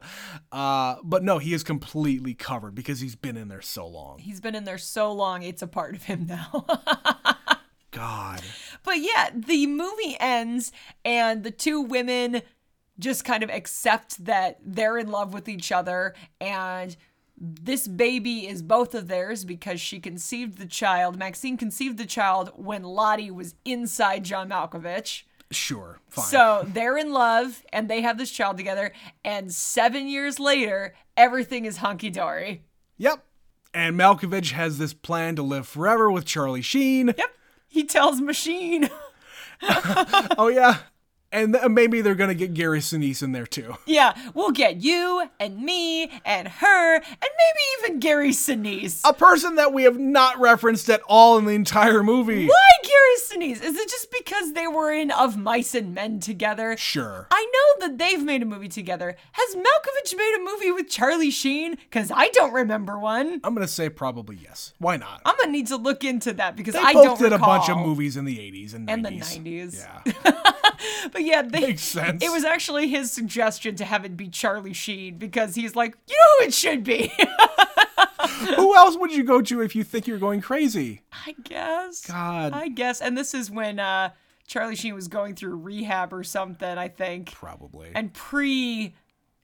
S2: uh, but no, he is completely covered because he's been in there so long.
S1: He's been in there so long, it's a part of him now.
S2: God.
S1: but yeah, the movie ends, and the two women just kind of accept that they're in love with each other, and this baby is both of theirs because she conceived the child. Maxine conceived the child when Lottie was inside John Malkovich.
S2: Sure, fine.
S1: So they're in love and they have this child together. And seven years later, everything is honky dory.
S2: Yep. And Malkovich has this plan to live forever with Charlie Sheen.
S1: Yep. He tells Machine.
S2: Oh yeah. And th- maybe they're gonna get Gary Sinise in there too.
S1: yeah, we'll get you and me and her and maybe even Gary Sinise.
S2: A person that we have not referenced at all in the entire movie.
S1: Why Gary Sinise? Is it just because they were in Of Mice and Men together?
S2: Sure.
S1: I know that they've made a movie together. Has Malkovich made a movie with Charlie Sheen? Because I don't remember one.
S2: I'm gonna say probably yes. Why not?
S1: I'm gonna need to look into that because
S2: They
S1: I
S2: both
S1: don't
S2: did a
S1: recall.
S2: bunch of movies in the 80s and 90s.
S1: And the 90s.
S2: Yeah.
S1: But yeah, they,
S2: Makes sense.
S1: It was actually his suggestion to have it be Charlie Sheen because he's like, you know who it should be.
S2: Who else would you go to if you think you're going crazy?
S1: I guess.
S2: God.
S1: I guess. And this is when uh, Charlie Sheen was going through rehab or something, I think,
S2: Probably.
S1: and pre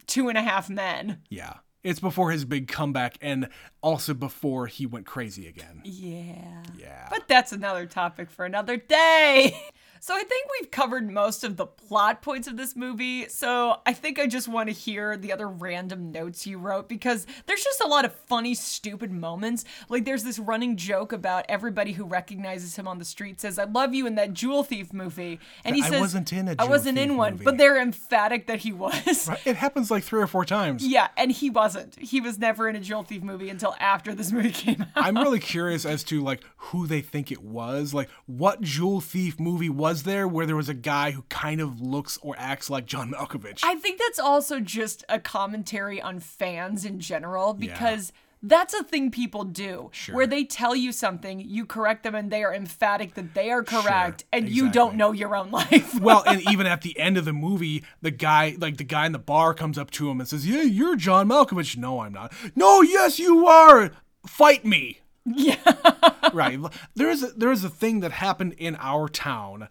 S1: Two and a Half Men.
S2: yeah. It's before his big comeback and also before he went crazy again.
S1: Yeah.
S2: Yeah.
S1: But that's another topic for another day. So I think we've covered most of the plot points of this movie. So I think I just want to hear the other random notes you wrote because there's just a lot of funny, stupid moments. Like there's this running joke about everybody who recognizes him on the street says, "I love you" in that Jewel Thief movie, and he
S2: I
S1: says,
S2: wasn't in a
S1: I
S2: Jewel
S1: wasn't in
S2: Thief
S1: one,"
S2: movie.
S1: but they're emphatic that he was.
S2: it happens like three or four times.
S1: Yeah, and he wasn't. He was never in a Jewel Thief movie until after this movie came out.
S2: I'm really curious as to like who they think it was. Like what jewel thief movie was there where there was a guy who kind of looks or acts like John Malkovich?
S1: I think that's also just a commentary on fans in general because that's a thing people do where they tell you something, you correct them, and they are emphatic that they are correct, and you
S2: exactly.
S1: don't know your own life.
S2: well, and even at the end of the movie, the guy, like the guy in the bar, comes up to him and says, "Yeah, you're John Malkovich." No, I'm not. No, yes, you are. Fight me.
S1: yeah.
S2: right. There is a, there is a thing that happened in our town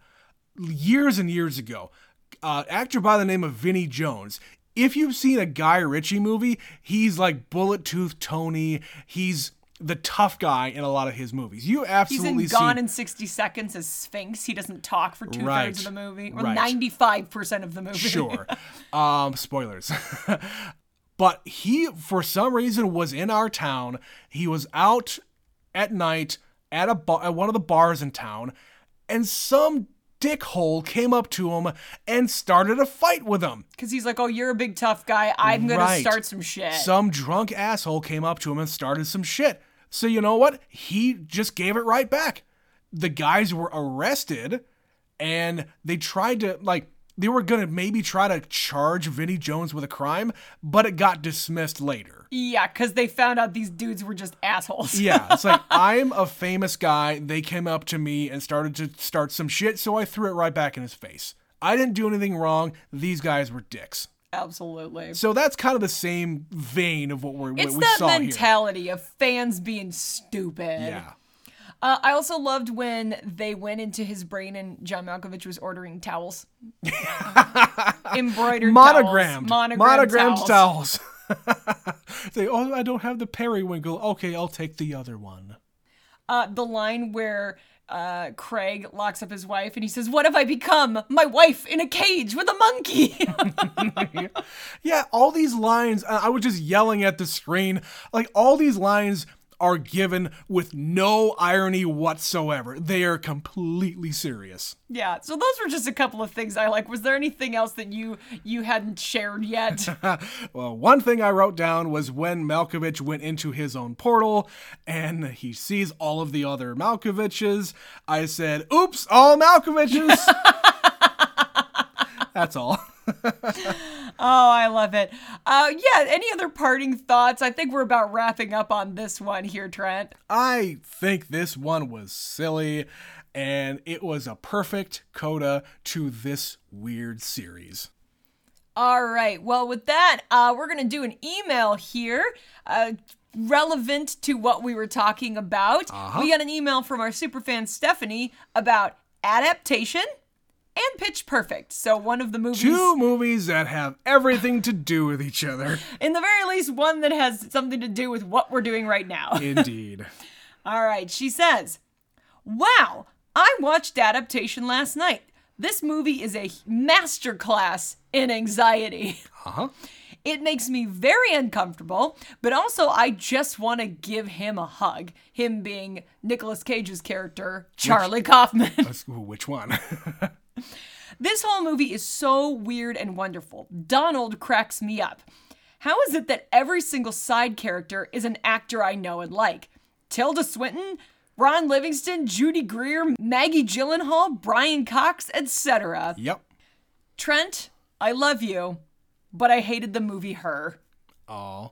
S2: years and years ago. Uh, actor by the name of Vinnie Jones. If you've seen a Guy Ritchie movie, he's like Bullet Tooth Tony. He's the tough guy in a lot of his movies. You
S1: He's
S2: absolutely
S1: in
S2: see
S1: Gone in 60 Seconds as Sphinx. He doesn't talk for two
S2: Right.
S1: thirds of the movie, or
S2: Right.
S1: 95% of the movie.
S2: Sure. um, spoilers. but he, for some reason, was in our town. He was out at night at a bar, at one of the bars in town, and some dickhole came up to him and started a fight with him.
S1: Because he's like, oh, you're a big tough guy. I'm going
S2: Right.
S1: to start some shit.
S2: Some drunk asshole came up to him and started some shit. So you know what? He just gave it right back. The guys were arrested and they tried to like they were gonna maybe try to charge Vinnie Jones with a crime, but it got dismissed later.
S1: yeah, because they found out these dudes were just assholes.
S2: Yeah, it's like I'm a famous guy. They came up to me and started to start some shit, so I threw it right back in his face. I didn't do anything wrong. These guys were dicks.
S1: Absolutely.
S2: So that's kind of the same vein of what we're what
S1: It's
S2: we
S1: that
S2: saw here.
S1: mentality of fans being stupid.
S2: Yeah.
S1: Uh, I also loved when they went into his brain and John Malkovich was ordering towels, embroidered
S2: monogrammed,
S1: towels, monogrammed, towels.
S2: towels. Say, oh, I don't have the periwinkle. Okay, I'll take the other one.
S1: Uh, the line where uh, Craig locks up his wife and he says, "What have I become? My wife in a cage with a monkey."
S2: Yeah, all these lines. I I was just yelling at the screen. Like all these lines are given with no irony whatsoever. They are completely serious.
S1: yeah. So those were just a couple of things I like. Was there anything else that you you hadn't shared yet?
S2: Well, one thing I wrote down was when Malkovich went into his own portal and he sees all of the other Malkoviches. I said, "Oops, all Malkoviches." That's all.
S1: Oh, I love it. Uh, yeah, any other parting thoughts? I think we're about wrapping up on this one here, Trent.
S2: I think this one was silly, and it was a perfect coda to this weird series.
S1: All right. Well, with that, uh, we're going to do an email here. Uh, relevant to what we were talking about. We got an email from our superfan Stephanie about adaptation and Pitch Perfect. So, one of the movies.
S2: Two movies that have everything to do with each other.
S1: In the very least, one that has something to do with what we're doing right now.
S2: Indeed.
S1: All right, she says, Wow, I watched adaptation last night. This movie is a masterclass in anxiety.
S2: Uh-huh.
S1: It makes me very uncomfortable, but also I just want to give him a hug. Him being Nicolas Cage's character, Charlie Kaufman.
S2: Let's- ooh, which one?
S1: This whole movie is so weird and wonderful. Donald cracks me up. How is it that every single side character is an actor I know and like? Tilda Swinton, Ron Livingston, Judy Greer, Maggie Gyllenhaal, Brian Cox, etc.
S2: yep.
S1: Trent, I love you, but I hated the movie Her.
S2: Oh.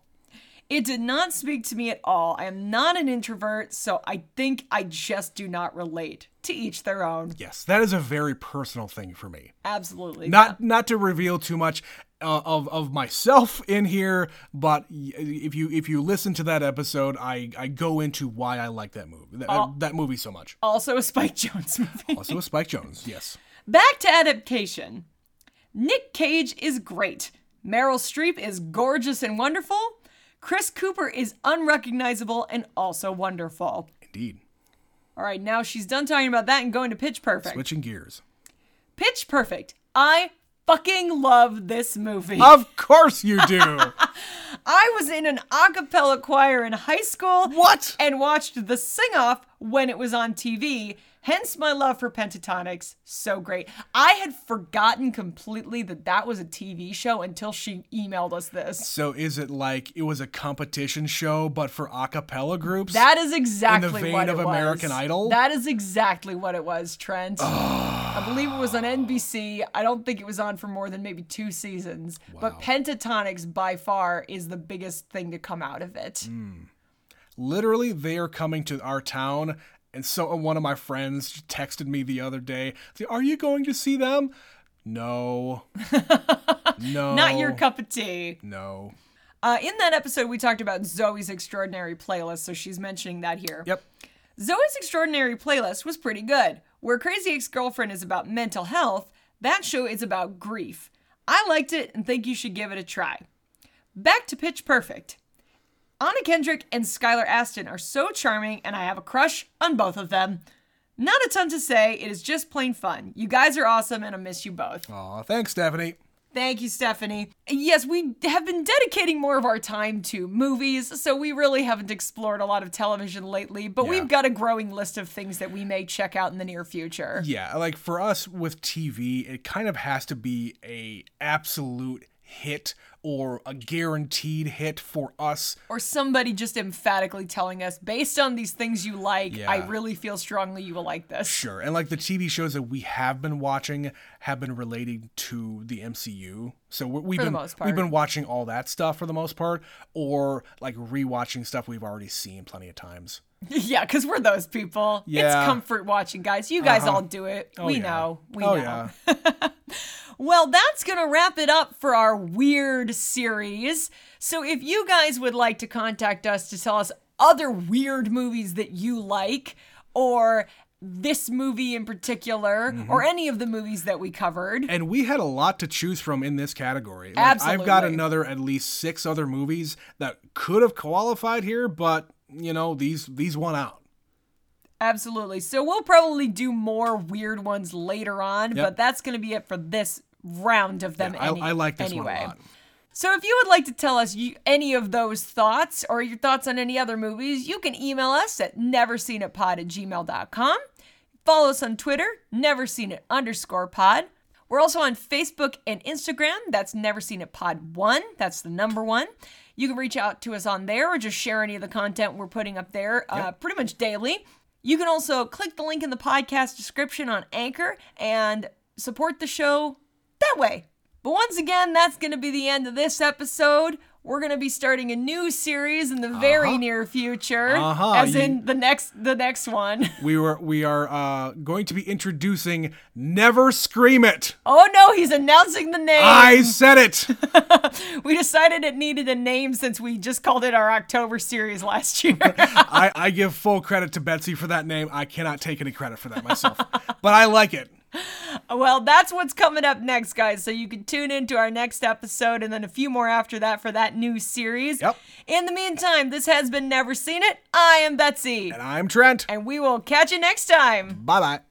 S1: It did not speak to me at all. I am not an introvert, so I think I just do not relate. To each their own.
S2: Yes, that is a very personal thing for me.
S1: Absolutely.
S2: Not not to reveal too much uh, of of myself in here, but y- if you if you listen to that episode, I I go into why I like that movie that,
S1: Oh.
S2: that movie so much.
S1: also a Spike Jones movie.
S2: Also, Spike Jones. Yes.
S1: Back to adaptation. Nick Cage is great. Meryl Streep is gorgeous and wonderful. Chris Cooper is unrecognizable and also wonderful.
S2: Indeed.
S1: All right, now she's done talking about that and going to Pitch Perfect.
S2: Switching gears.
S1: Pitch Perfect. I fucking love this movie.
S2: Of course you do.
S1: I was in an a cappella choir in high school.
S2: What?
S1: And watched the sing off when it was on TV. Hence my love for pentatonics. So great. I had forgotten completely that that was a TV show until she emailed us this.
S2: so is it like it was a competition show, but for a cappella groups?
S1: That is exactly
S2: vein
S1: what it
S2: of
S1: was.
S2: American Idol?
S1: That is exactly what it was, Trent. I believe it was on NBC. I don't think it was on for more than maybe two seasons. But pentatonics by far is the biggest thing to come out of it.
S2: Mm. literally they are coming to our town and so uh, one of my friends texted me the other day are you going to see them no no
S1: Not your cup of tea.
S2: no
S1: Uh, in that episode, we talked about Zoe's Extraordinary Playlist, so she's mentioning that here.
S2: yep
S1: Zoe's Extraordinary Playlist was pretty good. Where Crazy Ex Girlfriend is about mental health, that show is about grief. I liked it and think you should give it a try. Back to Pitch Perfect. Anna Kendrick and Skylar Aston are so charming, and I have a crush on both of them. Not a ton to say, it is just plain fun. You guys are awesome, and I miss you both.
S2: Aw, thanks stephanie
S1: Thank you, Stephanie. Yes, we have been dedicating more of our time to movies, so we really haven't explored a lot of television lately, but we've got a growing list of things that we may check out in the near future.
S2: yeah like for us with tv it kind of has to be a absolute hit or a guaranteed hit for us
S1: Or somebody just emphatically telling us, based on these things you like, I
S2: Yeah.
S1: really feel strongly you will like this.
S2: sure and like the tv shows that we have been watching have been relating to the mcu so we- we've
S1: the
S2: been
S1: most part.
S2: we've been watching all that stuff for the most part or like rewatching stuff we've already seen plenty of times
S1: yeah, because we're those people. It's
S2: Yeah.
S1: comfort watching, guys. You guys all do it. we
S2: yeah.
S1: know. We
S2: oh
S1: know.
S2: yeah
S1: Well, that's going to wrap it up for our weird series. So, if you guys would like to contact us to tell us other weird movies that you like, or this movie in particular,
S2: Mm-hmm.
S1: or any of the movies that we covered,
S2: and we had a lot to choose from in this category like, i've got
S1: Absolutely.
S2: another at least six other movies that could have qualified here but you know these these won out
S1: absolutely. So, we'll probably do more weird ones later on, but that's going to be it for this round of them.
S2: I,
S1: any-
S2: I like this
S1: anyway.
S2: one a lot
S1: So if you would like to tell us you, any of those thoughts or your thoughts on any other movies, you can email us at neverseenitpod at gmail.com. Follow us on Twitter, neverseenit underscore pod. We're also on Facebook and Instagram. That's Never Seen It Pod 1. That's the number one. You can reach out to us on there or just share any of the content we're putting up there uh, pretty much daily. You can also click the link in the podcast description on Anchor and support the show that way. But once again, that's going to be the end of this episode. We're going to be starting a new series in the very near future,
S2: Uh-huh,
S1: as
S2: you-
S1: in the next the next one.
S2: we were we are uh, going to be introducing never scream it
S1: Oh no, he's announcing the name.
S2: I said it.
S1: We decided it needed a name since we just called it our October series last year.
S2: I, I give full credit to Betsy for that name. I cannot take any credit for that myself, but I like it.
S1: well, that's what's coming up next, guys. So you can tune into our next episode and then a few more after that for that new series.
S2: Yep.
S1: In the meantime, this has been Never Seen It. I am Betsy,
S2: And I'm Trent.
S1: and we will catch you next time.
S2: Bye bye.